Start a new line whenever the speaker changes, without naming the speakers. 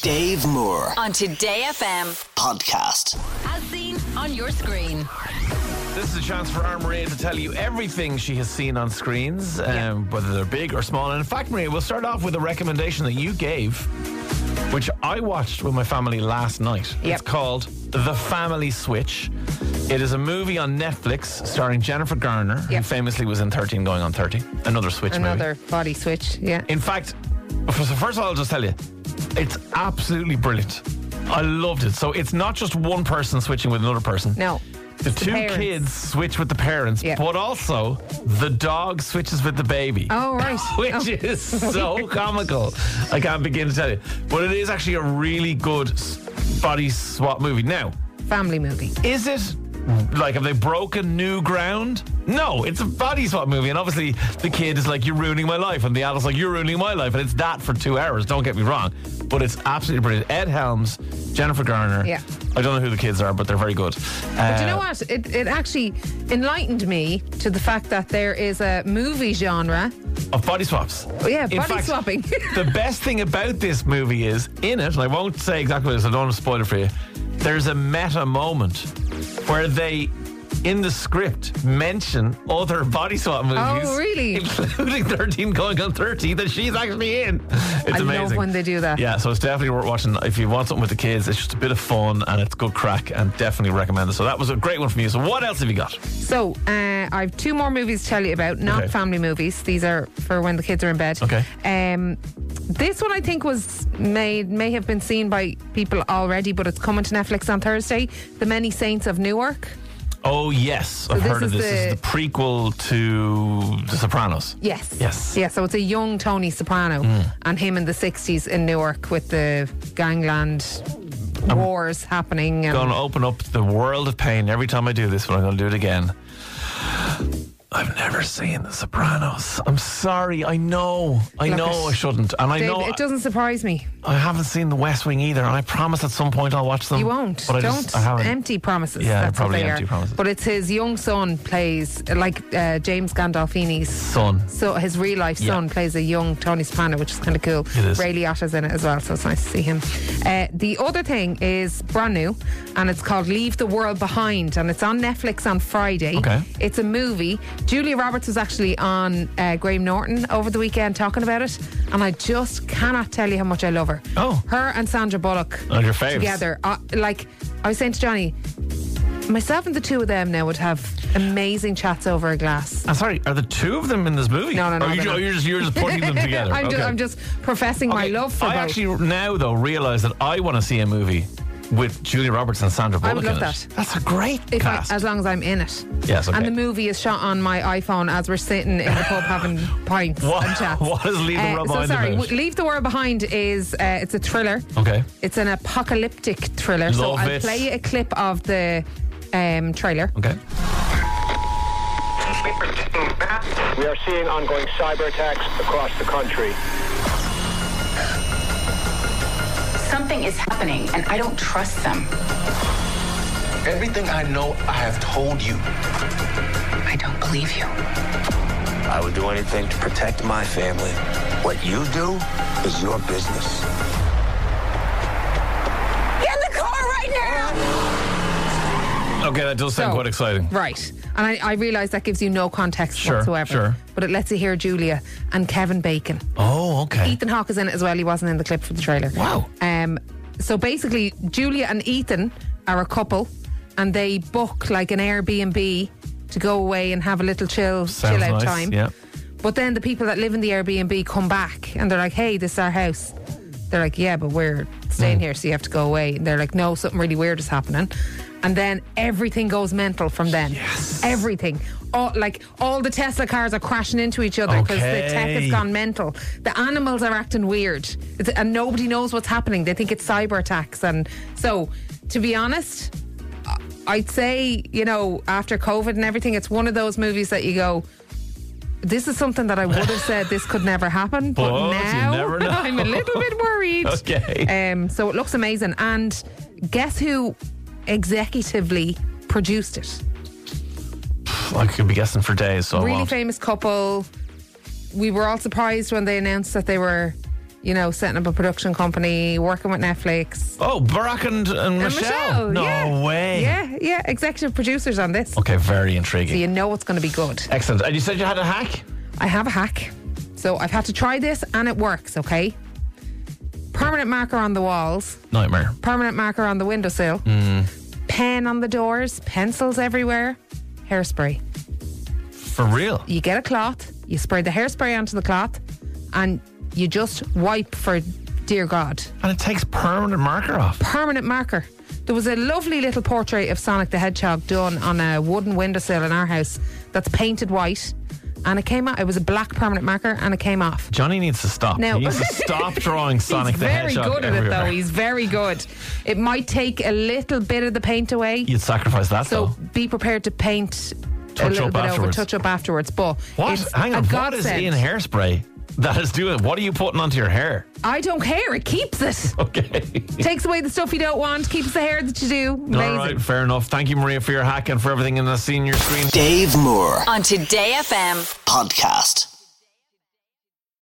Dave Moore
on Today FM.
podcast.
As seen on your screen.
This is a chance for our Maria to tell you everything she has seen on screens, um, whether they're big or small. And in fact, Maria, we'll start off with a recommendation that you gave, which I watched with my family last night. It's called The Family Switch. It is a movie on Netflix starring Jennifer Garner, who
Yep.
famously was in 13 Going on 30, another Switch movie.
Another body switch, yeah.
In fact, first first of all, I'll just tell you, it's absolutely brilliant. I loved it. So it's not just one person switching with another person.
No.
The
it's
two
parents.
kids switch with the parents,
Yeah.
but also the dog switches with the baby.
Oh, right.
Which
Oh,
is so comical. I can't begin to tell you. But it is actually a really good s- body swap movie. Now,
family movie.
is it like have they broken new ground? No, it's a body swap movie, and obviously the kid is like, "You're ruining my life," and the adult's like, "You're ruining my life," and it's that for two hours. Don't get me wrong, but it's absolutely brilliant. Ed Helms, Jennifer Garner.
Yeah.
I don't know who the kids are, but they're very good.
Do
Uh,
you know what? It, it actually enlightened me to the fact that there is a movie genre.
of body swaps.
Oh, yeah,
In
body swapping.
the best thing about this movie is in it, and I won't say exactly this, I don't want to spoil it for you. There's a meta moment where they, in the script, mention other body swap movies.
Oh, really?
Including 13 Going on 30 that she's actually in. It's
I
amazing.
love when they do that.
Yeah, so it's definitely worth watching. If you want something with the kids, it's just a bit of fun and it's good crack and definitely recommend it. So that was a great one from you. So what else have you got?
So, uh, I have two more movies to tell you about, not
Okay.
family movies. These are for when the kids are in bed.
Okay.
Um, this one I think was made, may have been seen by people already, but it's coming to Netflix on Thursday The Many Saints of Newark.
Oh, yes. I've
this
heard of
is
this. this
the-
is the prequel to The Sopranos.
Yes.
Yes. Mm.
Yeah, so it's a young Tony Soprano and him in the 60s in Newark with the gangland wars happening. And
going to open up the world of pain every time I do this, but I'm going to do it again. I've never seen The Sopranos. I'm sorry. I know. I
Look,
know I shouldn't. And I
Dave,
know
it doesn't surprise me.
I haven't seen The West Wing either. And I promise at some point I'll watch them.
You won't.
Um, But I
Don't
just I haven't.
empty promises.
Yeah,
That's
probably
what they
empty
are.
promises.
But it's his young son plays uh, like uh, James Gandolfini's.
Son.
So his real life
Yeah.
son plays a young Tony Soprano, which is kind of cool.
It is.
Ray Liotta's in it as well, so it's nice to see him. Uh, the other thing is brand new, and it's called Leave the World Behind, and it's on Netflix on Friday.
Okay.
It's a movie. Julia Roberts was actually on uh, Graham Norton over the weekend talking about it, and I just cannot tell you how much I love her.
Oh.
Her and Sandra Bullock
Oh, your faves.
together. Uh, like I was saying to Johnny, myself and the two of them now would have amazing chats over a glass.
I'm sorry. Are the two of them in this movie?
No, no, no,
Or you,
they're
ju-
not.
you're, just, you're just putting them together.
I'm,
Okay.
just, I'm just professing
Okay,
my love for
I
both.
actually now, though, realize that I want to see a movie with Julia Roberts and Sandra Bullock.
I would
in
love
it. That's a great
if I,
cast.
as long as I'm in it.
Yes, okay.
And the movie is shot on my iPhone as we're sitting in the pub having pints
What-
and chats.
what is Leave the
Uh,
World
so
Behind
sorry,
about?
w- Leave the World Behind is uh, it's a thriller.
Okay.
It's an apocalyptic thriller. so
Love
I'll
it.
play you a clip of the um, trailer.
okay.
We are seeing ongoing cyber attacks across the country.
Something is happening, and I don't trust them.
Everything I know, I have told you.
I don't believe you.
I would do anything to protect my family. What you do is your business.
Get in the car right now!
Okay, that does sound
So-
quite exciting.
Right. And I, I realise that gives you no context
Sure,
whatsoever.
sure.
But it lets you hear Julia and Kevin Bacon.
Oh, okay.
Ethan Hawke is in it as well. He wasn't in the clip for the trailer.
Wow.
Um, so basically, Julia and Ethan are a couple and they book like an Airbnb to go away and have a little chill,
Sounds
chill out
nice,
time.
yeah.
But then the people that live in the Airbnb come back and they're like, hey, this is our house. They're like, yeah, but we're
Hmm.
staying here, so you have to go away. And they're like, no, something really weird is happening. And then everything goes mental from then. Yes. Everything. All, like all the Tesla cars are crashing into each other because the tech
Okay.
has gone mental. The animals are acting weird, it's, and nobody knows what's happening. They think it's cyber attacks, and so to be honest, I- I'd say you know after COVID and everything, it's one of those movies that you go. This is something that I would have said this could never happen, but,
But you
now
never know.
I'm a little bit worried.
Okay.
Um, so it looks amazing, and guess who executively produced it?
I could be guessing for days, so I
really
won't.
famous couple. We were all surprised when they announced that they were, you know, setting up a production company, working with Netflix.
Oh, Barack and, and,
And
Michelle.
Michelle,
No
yeah.
way.
Yeah, yeah, executive producers on this.
Okay, very
So
intriguing.
you know it's going to be good.
Excellent. And you said you had a hack?
I have a hack. So I've had to try this and it works, okay? Permanent marker on the walls,
Nightmare.
permanent marker on the windowsill, pen on the doors, pencils everywhere, hairspray.
For real.
You get a cloth, you spray the hairspray onto the cloth, and you just wipe for dear God.
And it takes permanent marker off.
permanent marker. There was a lovely little portrait of Sonic the Hedgehog done on a wooden windowsill in our house that's painted white. And it came off. It was a black permanent marker and it came off.
Johnny needs to stop.
No.
He needs to stop drawing Sonic
He's
the
very
Hedgehog.
good at it,
everywhere.
though. He's very good. It might take a little bit of the paint away.
You'd sacrifice that,
So
though.
be prepared to paint a
Touch
little
up
bit over,
afterwards.
touch up afterwards. But
What?
it's
Hang
a
on. What is
godsend.
in hairspray that is doing? What are you putting onto your hair?
I don't care. It keeps it.
Okay.
Takes away the stuff you don't want, keeps the hair that you do. Amazing.
All right, fair enough. Thank you, Maria, for your hack and for everything in the senior screen.
Dave Moore
on Today FM.
podcast.